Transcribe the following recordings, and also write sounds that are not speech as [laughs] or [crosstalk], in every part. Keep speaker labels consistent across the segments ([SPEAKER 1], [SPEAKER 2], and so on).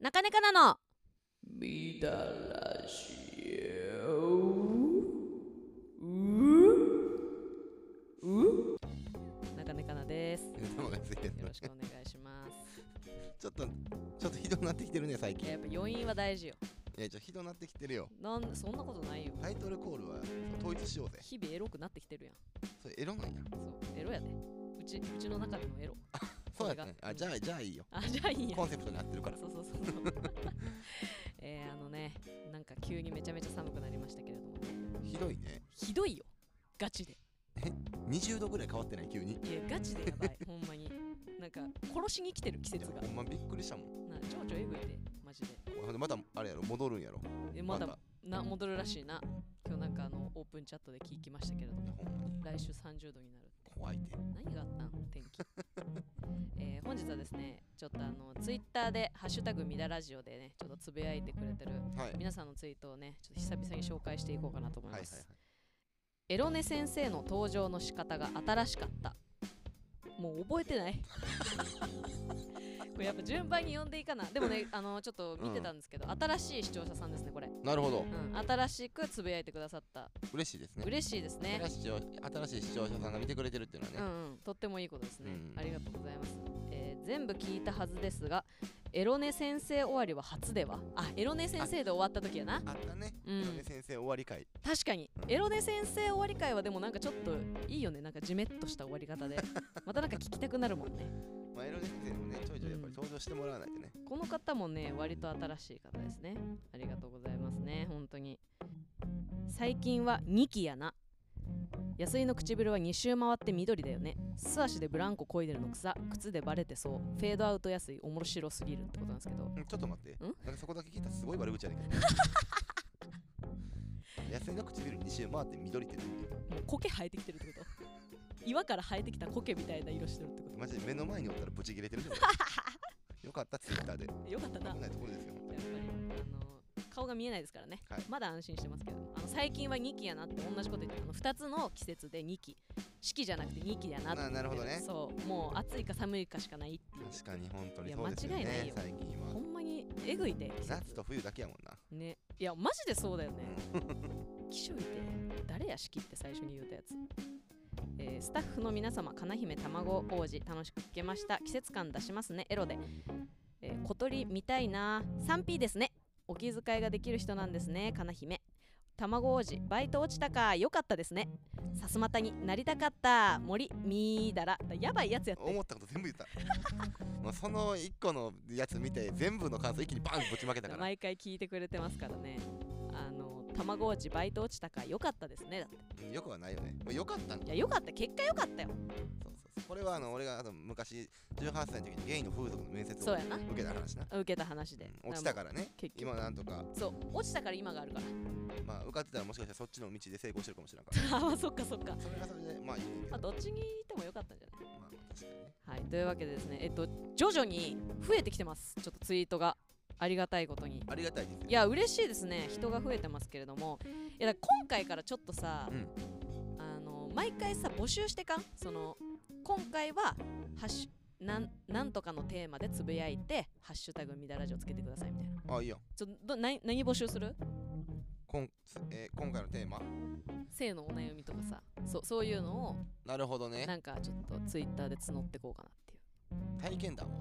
[SPEAKER 1] 中根かなの
[SPEAKER 2] みだらし
[SPEAKER 1] 中根かなですよ
[SPEAKER 3] 頭がついてるの
[SPEAKER 1] ろしくお願いします
[SPEAKER 3] [laughs] ちょっとちょっとひどくなってきてるね最
[SPEAKER 1] いや
[SPEAKER 3] 近
[SPEAKER 1] やっぱ余韻は大事よ
[SPEAKER 3] いやちょっとひどくなってきてるよ
[SPEAKER 1] なんそんなことないよ
[SPEAKER 3] タイトルコールは統一しようぜ
[SPEAKER 1] 日々エロくなってきてるやん
[SPEAKER 3] それエロなんや
[SPEAKER 1] そうエロやでうちうちの中でもエロ
[SPEAKER 3] そうやったね
[SPEAKER 1] これが
[SPEAKER 3] あじゃあじゃあいいよ
[SPEAKER 1] あじゃあいいや
[SPEAKER 3] コンセプトに合ってるから
[SPEAKER 1] そうそうそうそうえー、あのねなんか急にめちゃめちゃ寒くなりましたけれども
[SPEAKER 3] ひどいね
[SPEAKER 1] ひどいよガチで
[SPEAKER 3] 20度ぐらい変わってない急に
[SPEAKER 1] いやガチでやばい [laughs] ほんまになんか殺しに来てる季
[SPEAKER 3] いや
[SPEAKER 1] 節が
[SPEAKER 3] ほんまびっくりしたもん
[SPEAKER 1] な情緒えぐいでマジで
[SPEAKER 3] ほんでまたあれやろ戻るんやろ
[SPEAKER 1] えまだな戻るらしいな今日なんかあのオープンチャットで聞きましたけれど
[SPEAKER 3] いや
[SPEAKER 1] も
[SPEAKER 3] ほんまに
[SPEAKER 1] 来週30度になるって
[SPEAKER 3] 怖いて
[SPEAKER 1] 何があったん天気、 [laughs] えー本日はですねちょっとあのツイッターで「ハッシュタグみだラジオ」でねちょっとつぶやいてくれてる
[SPEAKER 3] はいはい
[SPEAKER 1] 皆さんのツイートをねちょっと久々に紹介していこうかなと思い
[SPEAKER 3] はいは
[SPEAKER 1] ま
[SPEAKER 3] い
[SPEAKER 1] す、エロネ先生の登場の仕方が新しかったもう覚えてない
[SPEAKER 3] [laughs]
[SPEAKER 1] これやっぱ順番に読んでいいかなでも
[SPEAKER 3] [laughs]
[SPEAKER 1] ねあのちょっと見てたんですけど、新しい視聴者さんですねこれ、
[SPEAKER 3] なるほど
[SPEAKER 1] うん、新しくつぶやいてくださった
[SPEAKER 3] 嬉しいですね
[SPEAKER 1] 嬉しいですね
[SPEAKER 3] 新しい視聴新しい視聴者さんが見てくれてるっていうの
[SPEAKER 1] う
[SPEAKER 3] はね
[SPEAKER 1] んうん、とってもいいことですね、
[SPEAKER 3] うん
[SPEAKER 1] ありがとうございます、えー全部聞いたはずですがエロネ先生終わりは初ではあエロネ先生で終わった時やな
[SPEAKER 3] あったね
[SPEAKER 1] うん
[SPEAKER 3] 井上先生終わり会
[SPEAKER 1] 確かにエロネ先生終わり会はでもなんかちょっといいよねなんかジメッとした終わり
[SPEAKER 3] [laughs]
[SPEAKER 1] 方でまたなんか聞きたくなるもんね
[SPEAKER 3] まあ井上先生もねちょいちょいやっぱり登場してもらわないとね
[SPEAKER 1] この方もね割と新しい方ですねありがとうございますね本当に最近は2期やな安井の唇は2周回って緑だよね素足でブランコ漕いでるの草靴でバレてそうフェードアウト安い面白すぎるってことなんですけど
[SPEAKER 3] うんちょっと待って
[SPEAKER 1] ん
[SPEAKER 3] なんかそこだけ聞いたらすごい悪口やねん
[SPEAKER 1] [laughs]
[SPEAKER 3] けど野生の唇2周回って緑ってどういうこ
[SPEAKER 1] もう苔生えてきてるってこと
[SPEAKER 3] [laughs]
[SPEAKER 1] 岩から生えてきた苔みたいな色してるってこと
[SPEAKER 3] マジで目の前におったらブチ切れて
[SPEAKER 1] [laughs]
[SPEAKER 3] るでよかったツイッターで
[SPEAKER 1] とよかったな
[SPEAKER 3] 危ないところですよ
[SPEAKER 1] やっぱりあの顔が見えないですからね、
[SPEAKER 3] はい
[SPEAKER 1] まだ安心してますけどあの最近は2期やなって同じこと言ってるあの2つの季節で2期四季じゃなくて2期やなって言って
[SPEAKER 3] あなるほどね
[SPEAKER 1] そうもう暑いか寒いかしかないっていう
[SPEAKER 3] 確かに本当
[SPEAKER 1] い
[SPEAKER 3] に
[SPEAKER 1] や
[SPEAKER 3] そうですよ
[SPEAKER 1] 間違いない
[SPEAKER 3] ね
[SPEAKER 1] よ
[SPEAKER 3] 最近
[SPEAKER 1] ほ
[SPEAKER 3] は
[SPEAKER 1] んまにえぐいで季節
[SPEAKER 3] 夏と冬だけやもんな
[SPEAKER 1] ねいやマジでそう
[SPEAKER 3] [laughs]
[SPEAKER 1] だよね気象いて誰や四季って最初に言うたやつえースタッフの皆様、かな姫卵王子、楽しく聞けました。季節感出しますね、エロで。えー小鳥見たいな。3P ですね。お気遣いができる人なんですね、かな姫。卵王子、バイト落ちたか、よかったですね。さすまたになりたかった、森、みーだら。やばいやつやって。
[SPEAKER 3] 思ったこと全部言ったもうその1個のやつ見て全部の感想一気にバンぶちまけたから
[SPEAKER 1] 毎回聞いてくれてますからね。あの、卵王子、バイト落ちたか、よかったですね。だって
[SPEAKER 3] うんよくはないよね、まあ、よかったんだ
[SPEAKER 1] いや、よかった、結果よかったよ。
[SPEAKER 3] そうそうそうこれはあの俺があの昔18歳の時にゲイの風俗の面接
[SPEAKER 1] そ
[SPEAKER 3] を
[SPEAKER 1] うや
[SPEAKER 3] 受
[SPEAKER 1] な。
[SPEAKER 3] けた話な、
[SPEAKER 1] 受けた話で。
[SPEAKER 3] うん落ちたからね
[SPEAKER 1] 結局
[SPEAKER 3] 今なんとか、
[SPEAKER 1] そう、落ちたから今があるから。
[SPEAKER 3] まあ、受かってたらもしかしたらそっちの道で成功してるかもしれないから
[SPEAKER 1] [laughs] ああ、そっかそっか。
[SPEAKER 3] それがそれでまあいいねんけ
[SPEAKER 1] ま
[SPEAKER 3] ど
[SPEAKER 1] あ、どっちに行ってもよかったんじゃない
[SPEAKER 3] まあ確かにね
[SPEAKER 1] はい、というわけでですね、えっと、徐々に増えてきてます。ちょっとツイートが。ありがたいことに。
[SPEAKER 3] ありがたいですよ
[SPEAKER 1] いや、嬉しいですね。人が増えてますけれども。いや、だから今回からちょっとさ、
[SPEAKER 3] うん
[SPEAKER 1] あの、毎回さ、募集してかんその、今回は、ハッシュ、なん、なんとかのテーマでつぶやいて、ハッシュタグみだらじをつけてくださいみたいな。
[SPEAKER 3] あいいよ
[SPEAKER 1] ちょ、ど、な、何募集する
[SPEAKER 3] こん、えー今回のテーマ
[SPEAKER 1] 性のお悩みとかさ、そう、そういうのを、
[SPEAKER 3] なるほどね
[SPEAKER 1] なんかちょっとツイッターで募ってこうかなっていう
[SPEAKER 3] 体験談は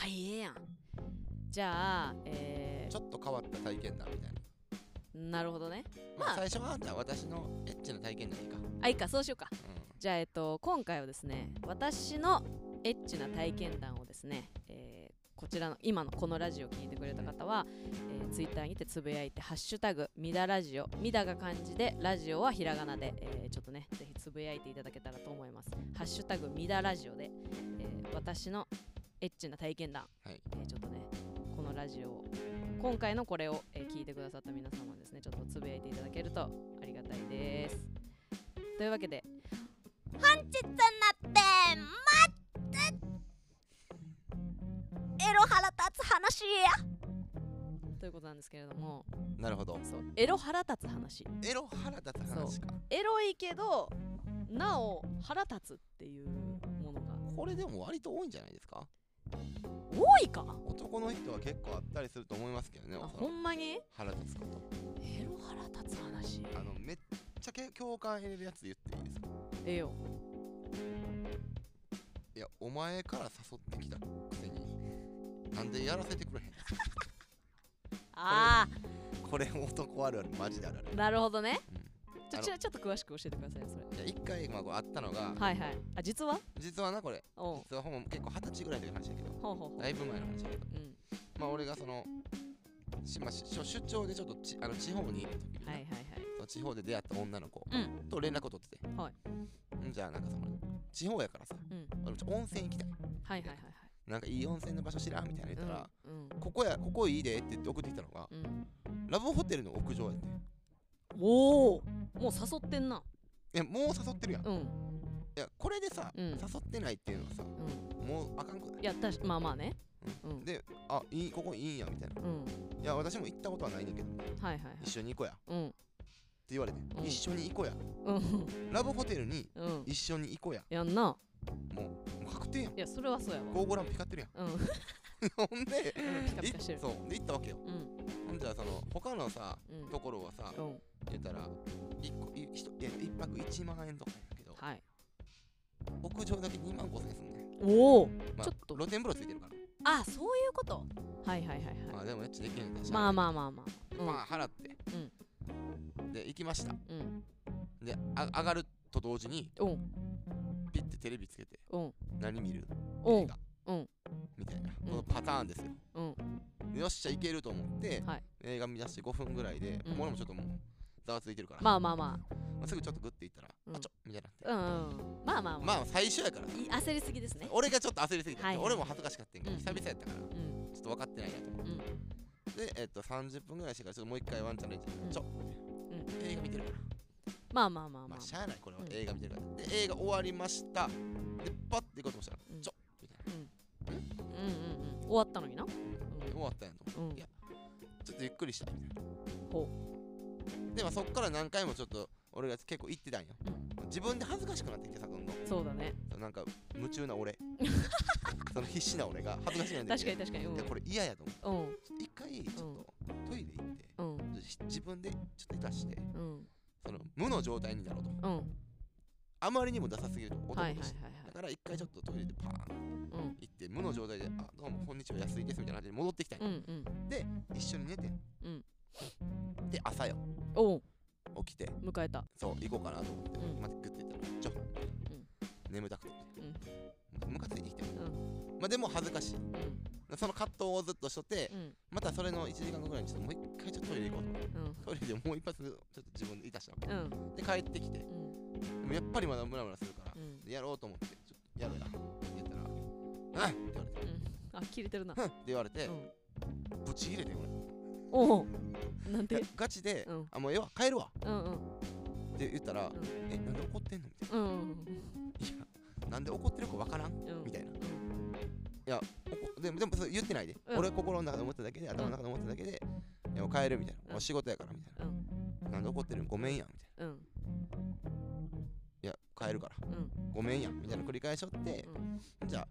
[SPEAKER 1] あいえやんじゃあえ
[SPEAKER 3] ちょっと変わった体験談みたいな、
[SPEAKER 1] ー、なるほどね
[SPEAKER 3] まあ
[SPEAKER 1] まあ
[SPEAKER 3] 最初はじゃあ私のエッチな体験談いいか、うん、
[SPEAKER 1] あいいかそうしようかじゃあえっと今回はですね私のエッチな体験談をですね、えーこちらの今のこのラジオを聞いてくれた方は、えー、ツイッターにてつぶやいて「ハッシュタグみだラジオ」みだが漢字でラジオはひらがなで、えーちょっとねぜひつぶやいていただけたらと思います「ハッシュタグみだラジオで」えー私のエッチな体験談、
[SPEAKER 3] はい
[SPEAKER 1] えーちょっとねこのラジオを今回のこれを、えー聞いてくださった皆様ですねちょっとつぶやいていただけるとありがたいですというわけで
[SPEAKER 4] 本日なって待ってエロ腹立つ話や
[SPEAKER 1] ということなんですけれども
[SPEAKER 3] なるほど
[SPEAKER 1] そうエロ腹立つ話
[SPEAKER 3] エロ腹立つ話か
[SPEAKER 1] エロいけどなお腹立つっていうものが
[SPEAKER 3] これでも割と多いんじゃないですか
[SPEAKER 1] 多いか
[SPEAKER 3] 男の人は結構あったりすると思いますけどね
[SPEAKER 1] あ
[SPEAKER 3] おそ
[SPEAKER 1] ほ
[SPEAKER 3] らく
[SPEAKER 1] んまに
[SPEAKER 3] 腹立つこと
[SPEAKER 1] エロ腹立つ話
[SPEAKER 3] あのめっちゃけ共感得れるやつ言っていいですか
[SPEAKER 1] ええよ
[SPEAKER 3] いやお前から誘ってきたくせになんでやらせてくれへん
[SPEAKER 1] あ
[SPEAKER 3] [laughs] これ男あるあるマジであるある
[SPEAKER 1] あなるほどねち
[SPEAKER 3] あ
[SPEAKER 1] ょ
[SPEAKER 3] の
[SPEAKER 1] ちょちょっと詳しく教えてくださいそれ
[SPEAKER 3] いや一回まあこうあったのが、
[SPEAKER 1] はいはいあ実は
[SPEAKER 3] 実はなこれ
[SPEAKER 1] おう
[SPEAKER 3] 実はほんま結構二十歳ぐらいの時の話だけど
[SPEAKER 1] ほうほうほう
[SPEAKER 3] だいぶ前の話だけど
[SPEAKER 1] うん
[SPEAKER 3] まあ俺がそのし、まあ、し出張でちょっとちあの地方に行った時にな、
[SPEAKER 1] はいはいはい
[SPEAKER 3] その地方で出会った女の子
[SPEAKER 1] う
[SPEAKER 3] と連絡を取ってて、
[SPEAKER 1] はい
[SPEAKER 3] んじゃあなんかその地方やからさ、
[SPEAKER 1] うん
[SPEAKER 3] 俺ちょっと温泉行きたい
[SPEAKER 1] はいはいはいはい
[SPEAKER 3] なんかいい温泉の場所知らんみたいな言ったら、
[SPEAKER 1] うん
[SPEAKER 3] ここやここいいでって言って送ってきたのが
[SPEAKER 1] うんうん
[SPEAKER 3] ラブホテルの屋上やって
[SPEAKER 1] おおもう誘ってんない
[SPEAKER 3] やもう誘ってるやん、い
[SPEAKER 1] うん
[SPEAKER 3] やこれでさ、
[SPEAKER 1] うん
[SPEAKER 3] 誘ってないっていうのはさ
[SPEAKER 1] うん
[SPEAKER 3] もうあかんくない
[SPEAKER 1] いやったしまあまあね
[SPEAKER 3] う
[SPEAKER 1] うん
[SPEAKER 3] であいいここいいんやみたいな
[SPEAKER 1] うん
[SPEAKER 3] いや私も行ったことはないねんだけど
[SPEAKER 1] はいはいはい
[SPEAKER 3] 一緒に行こうやって
[SPEAKER 1] うん
[SPEAKER 3] 言われて、
[SPEAKER 1] ん
[SPEAKER 3] 一緒に行こうや
[SPEAKER 1] うん
[SPEAKER 3] ラブホテルに
[SPEAKER 1] うん
[SPEAKER 3] 一緒に行こうや
[SPEAKER 1] やんな
[SPEAKER 3] もうもう確定やん
[SPEAKER 1] いやそれはそうやわ
[SPEAKER 3] ゴーゴーランプ光ってる
[SPEAKER 1] うんうん
[SPEAKER 3] やん [laughs] ほんで
[SPEAKER 1] ピカピカして
[SPEAKER 3] い
[SPEAKER 1] る
[SPEAKER 3] そうで行ったわけよ
[SPEAKER 1] うん
[SPEAKER 3] ほんじゃその他のさ
[SPEAKER 1] うん
[SPEAKER 3] ところはさ
[SPEAKER 1] うん
[SPEAKER 3] 言ったら一個い一いや一泊1万円とかやけど
[SPEAKER 1] はい
[SPEAKER 3] 屋上だけ2万5千円すんねん
[SPEAKER 1] おお
[SPEAKER 3] まあ
[SPEAKER 1] ちょっと
[SPEAKER 3] 露天風呂ついてるか
[SPEAKER 1] あそういうことはいはいはい
[SPEAKER 3] らま
[SPEAKER 1] は
[SPEAKER 3] あでもエッチできへんから
[SPEAKER 1] い
[SPEAKER 3] し
[SPEAKER 1] まあ
[SPEAKER 3] あ
[SPEAKER 1] まあまあま
[SPEAKER 3] ま
[SPEAKER 1] あ
[SPEAKER 3] あ払ってで行きました
[SPEAKER 1] うんうん
[SPEAKER 3] であ上がると同時に
[SPEAKER 1] うん
[SPEAKER 3] ピッてテレビつけて
[SPEAKER 1] うん
[SPEAKER 3] 何見る
[SPEAKER 1] うん
[SPEAKER 3] 映画
[SPEAKER 1] うん
[SPEAKER 3] みたいな
[SPEAKER 1] うん
[SPEAKER 3] このパターンですよ
[SPEAKER 1] うん
[SPEAKER 3] よっしゃいけると思って、
[SPEAKER 1] はい
[SPEAKER 3] 映画見出して5分ぐらいで、
[SPEAKER 1] うん
[SPEAKER 3] 俺もちょっともうざわついてるから、
[SPEAKER 1] まあまあま
[SPEAKER 3] まあすぐちょっとグッていったら、
[SPEAKER 1] うん
[SPEAKER 3] あちょみたいになって
[SPEAKER 1] あうんうんまあまあまあ
[SPEAKER 3] まあ最初やから
[SPEAKER 1] い焦りすぎですね
[SPEAKER 3] 俺がちょっと焦りすぎて、
[SPEAKER 1] はいはい
[SPEAKER 3] 俺も恥ずかしかったんやけ
[SPEAKER 1] う
[SPEAKER 3] ど、
[SPEAKER 1] ん
[SPEAKER 3] 久々やったからちょ
[SPEAKER 1] うん
[SPEAKER 3] っと分かってないなと思って、で、えっと30分ぐらいしてからちょっともう一回ワンチャンのやつ
[SPEAKER 1] うん
[SPEAKER 3] ちょ、映画見てるから、
[SPEAKER 1] まあまあまあま
[SPEAKER 3] ま
[SPEAKER 1] あ
[SPEAKER 3] あしゃあないこれは
[SPEAKER 1] うん
[SPEAKER 3] 映画見てるからで映画終わりましたでパッて行こうとしたら、
[SPEAKER 1] うん
[SPEAKER 3] ちょみたいな
[SPEAKER 1] うんうんうん終わったのにな
[SPEAKER 3] で終わったんやと思
[SPEAKER 1] うんう
[SPEAKER 3] って
[SPEAKER 1] ん
[SPEAKER 3] いやちょっとゆっくりしたみたいな
[SPEAKER 1] ほ
[SPEAKER 3] で、まあ、そっから何回もちょっと俺が結構行ってたんよ、自分で恥ずかしくなってきてさどんどん
[SPEAKER 1] そうだね
[SPEAKER 3] そのなんか夢中な
[SPEAKER 1] [laughs]
[SPEAKER 3] 俺その必死な俺が恥ずかしいなんで
[SPEAKER 1] 確かに確かにうん
[SPEAKER 3] いやこれ嫌やと思って
[SPEAKER 1] うん
[SPEAKER 3] 一回ちょっとトイレ行って、
[SPEAKER 1] うん
[SPEAKER 3] ちょっと自分でちょっといたして
[SPEAKER 1] うん
[SPEAKER 3] その無の状態になろうと
[SPEAKER 1] うん
[SPEAKER 3] あまりにもダサすぎると男
[SPEAKER 1] はいはいはい
[SPEAKER 3] と
[SPEAKER 1] は
[SPEAKER 3] し
[SPEAKER 1] い
[SPEAKER 3] て、だから一回ちょっとトイレでパーン
[SPEAKER 1] うん
[SPEAKER 3] 行って無の状態で「あどうもこんにちは安いです」みたいな感じで戻ってきたん
[SPEAKER 1] う
[SPEAKER 3] よ、
[SPEAKER 1] んうん
[SPEAKER 3] 一緒に寝て、
[SPEAKER 1] うん
[SPEAKER 3] で朝よ
[SPEAKER 1] おう
[SPEAKER 3] 起きて
[SPEAKER 1] 迎えた
[SPEAKER 3] そう行こうかなと思って、
[SPEAKER 1] うん
[SPEAKER 3] またグッて行ったらちょ、眠たくてムカついてきて、まあでも恥ずかしい
[SPEAKER 1] うん
[SPEAKER 3] その葛藤をずっとしとって、
[SPEAKER 1] うん
[SPEAKER 3] またそれの1時間後ぐらいにちょっともう一回ちょっとトイレ行こうと
[SPEAKER 1] うん
[SPEAKER 3] トイレでもう一発ちょっと自分でいたしたわけ
[SPEAKER 1] うん
[SPEAKER 3] で帰ってきてで
[SPEAKER 1] うん
[SPEAKER 3] もやっぱりまだムラムラするから
[SPEAKER 1] う、ん
[SPEAKER 3] でやろうと思ってちょっとやるなって言ったら「うん!」って言われて
[SPEAKER 1] あ切れてるな
[SPEAKER 3] 「うん!」って言われて、
[SPEAKER 1] うん
[SPEAKER 3] ぶち切れて俺
[SPEAKER 1] おうなん
[SPEAKER 3] いや
[SPEAKER 1] で
[SPEAKER 3] ガチで、
[SPEAKER 1] うん
[SPEAKER 3] あもうええわ帰るわ
[SPEAKER 1] うんうん
[SPEAKER 3] って言ったら、
[SPEAKER 1] ん
[SPEAKER 3] えなんで怒ってんのみた
[SPEAKER 1] う
[SPEAKER 3] い
[SPEAKER 1] んうん
[SPEAKER 3] な「いやなんで怒ってるかわからん」
[SPEAKER 1] うん
[SPEAKER 3] みたいな
[SPEAKER 1] うん
[SPEAKER 3] 怒でもでもそれ言ってないで、
[SPEAKER 1] うん
[SPEAKER 3] 俺心の中で思っただけで頭の中で思っただけで「いやもう帰る」みたいな
[SPEAKER 1] うん
[SPEAKER 3] 「もう仕事やから」みたいな
[SPEAKER 1] うん
[SPEAKER 3] 「なんで怒ってるんごめんや」みたいな
[SPEAKER 1] うん
[SPEAKER 3] 「いや帰るから
[SPEAKER 1] うん
[SPEAKER 3] ごめんや」みたいなの繰り返しとって、じゃあ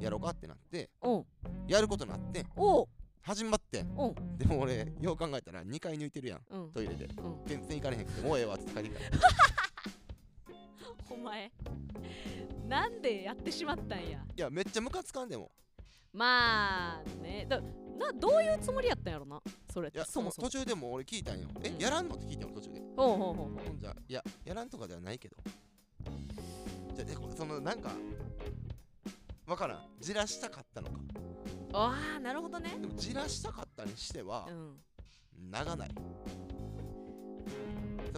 [SPEAKER 3] やろうかってなって
[SPEAKER 1] おう
[SPEAKER 3] やることになって
[SPEAKER 1] おう
[SPEAKER 3] 始まってん
[SPEAKER 1] おう
[SPEAKER 3] でも俺よう考えたら2回抜いてるやん
[SPEAKER 1] うん
[SPEAKER 3] トイレで
[SPEAKER 1] うん
[SPEAKER 3] 全然行かれへんくてもうええわって帰ってきた
[SPEAKER 1] お前なんでやってしまったんや
[SPEAKER 3] いやめっちゃムカつかんでも
[SPEAKER 1] まあねだなどういうつもりやったんやろなそれっ
[SPEAKER 3] い
[SPEAKER 1] て
[SPEAKER 3] や
[SPEAKER 1] そもそも
[SPEAKER 3] 途中でも俺聞いたんよえ
[SPEAKER 1] うん
[SPEAKER 3] やらんのって聞いたよ俺途中で
[SPEAKER 1] ほうほうほうほ
[SPEAKER 3] ほんじゃいややらんとかではないけどじゃでこそのなんかわからんじらしたかったのか
[SPEAKER 1] うああなるほどね
[SPEAKER 3] でもじらしたかったにしては
[SPEAKER 1] うん
[SPEAKER 3] 長ない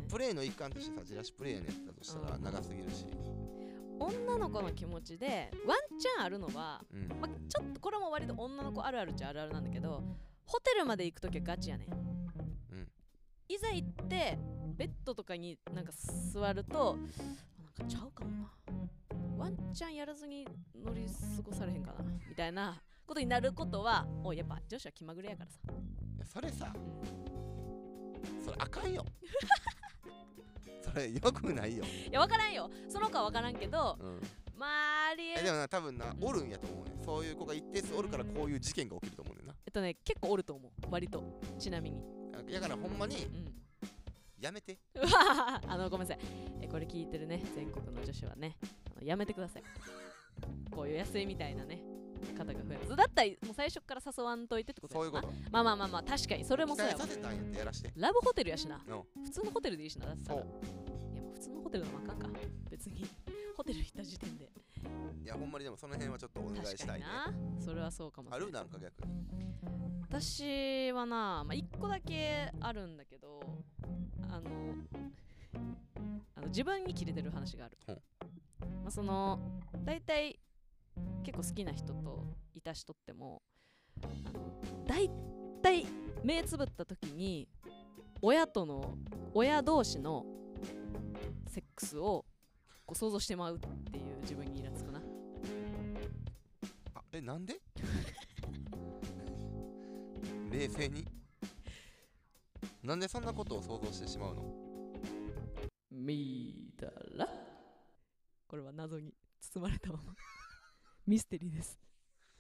[SPEAKER 3] プレイの一環としてさじらしプレイやねんだとしたら
[SPEAKER 1] うん
[SPEAKER 3] 長すぎるし
[SPEAKER 1] 女の子の気持ちでワンチャンあるのは、
[SPEAKER 3] うん
[SPEAKER 1] まあ、ちょっとこれも割と女の子あるあるっちゃあるあるなんだけどホテルまで行くときはガチやねん、
[SPEAKER 3] うん
[SPEAKER 1] いざ行ってベッドとかになんか座るとなんかちゃうかもなワンチャンやらずに乗り過ごされへんかなみたいなことになることはおやっぱ女子は気まぐれやからさ、
[SPEAKER 3] いやそれさ
[SPEAKER 1] うん
[SPEAKER 3] それあかんよ [laughs] それよくないよ
[SPEAKER 1] いや分からんよその子は分からんけど
[SPEAKER 3] うん
[SPEAKER 1] まあありえ
[SPEAKER 3] え
[SPEAKER 1] る
[SPEAKER 3] でもな多分なおるんやと思うねそういう子が一定数おるからこういう事件が起きると思うねんな
[SPEAKER 1] えっとね結構おると思う割とちなみに
[SPEAKER 3] だからほんまに
[SPEAKER 1] うん
[SPEAKER 3] やめて
[SPEAKER 1] うわ [laughs] あのごめんなさいえこれ聞いてるね全国の女子はねあのやめてくださいこういう安いみたいなね方が増えますだったらもう最初から誘わんといてってこと
[SPEAKER 3] そうい
[SPEAKER 1] や
[SPEAKER 3] う
[SPEAKER 1] も
[SPEAKER 3] こ
[SPEAKER 1] んな
[SPEAKER 3] と
[SPEAKER 1] まあまあまあまあ確かにそれも
[SPEAKER 3] 期
[SPEAKER 1] そう
[SPEAKER 3] 待
[SPEAKER 1] やわ
[SPEAKER 3] させたんやってやらして
[SPEAKER 1] ラブホテルやしな
[SPEAKER 3] の
[SPEAKER 1] 普通のホテルでいいしなだってた
[SPEAKER 3] そ
[SPEAKER 1] ら
[SPEAKER 3] う
[SPEAKER 1] いやもう普通のホテルのまああかんか別にホテル行った時点で
[SPEAKER 3] いやほんまにでもその辺はちょっとお願い
[SPEAKER 1] 確
[SPEAKER 3] した
[SPEAKER 1] か
[SPEAKER 3] い
[SPEAKER 1] に
[SPEAKER 3] ね
[SPEAKER 1] なそれはそうかもし
[SPEAKER 3] あ
[SPEAKER 1] れな
[SPEAKER 3] る
[SPEAKER 1] い
[SPEAKER 3] なんか逆に
[SPEAKER 1] 私はな、まあ、1個だけあるんだけどあのあの自分にキレてる話がある、
[SPEAKER 3] ほう
[SPEAKER 1] まあ、その大体結構好きな人といた人ってもあの大体目つぶった時に親との親同士のセックスをこう想像してまうっていう自分にイラつくな
[SPEAKER 3] あえなんで [laughs] 冷静になんでそんなことを想像してしまうの
[SPEAKER 2] 見たら
[SPEAKER 1] これは謎に包まれたまま [laughs] ミステリーです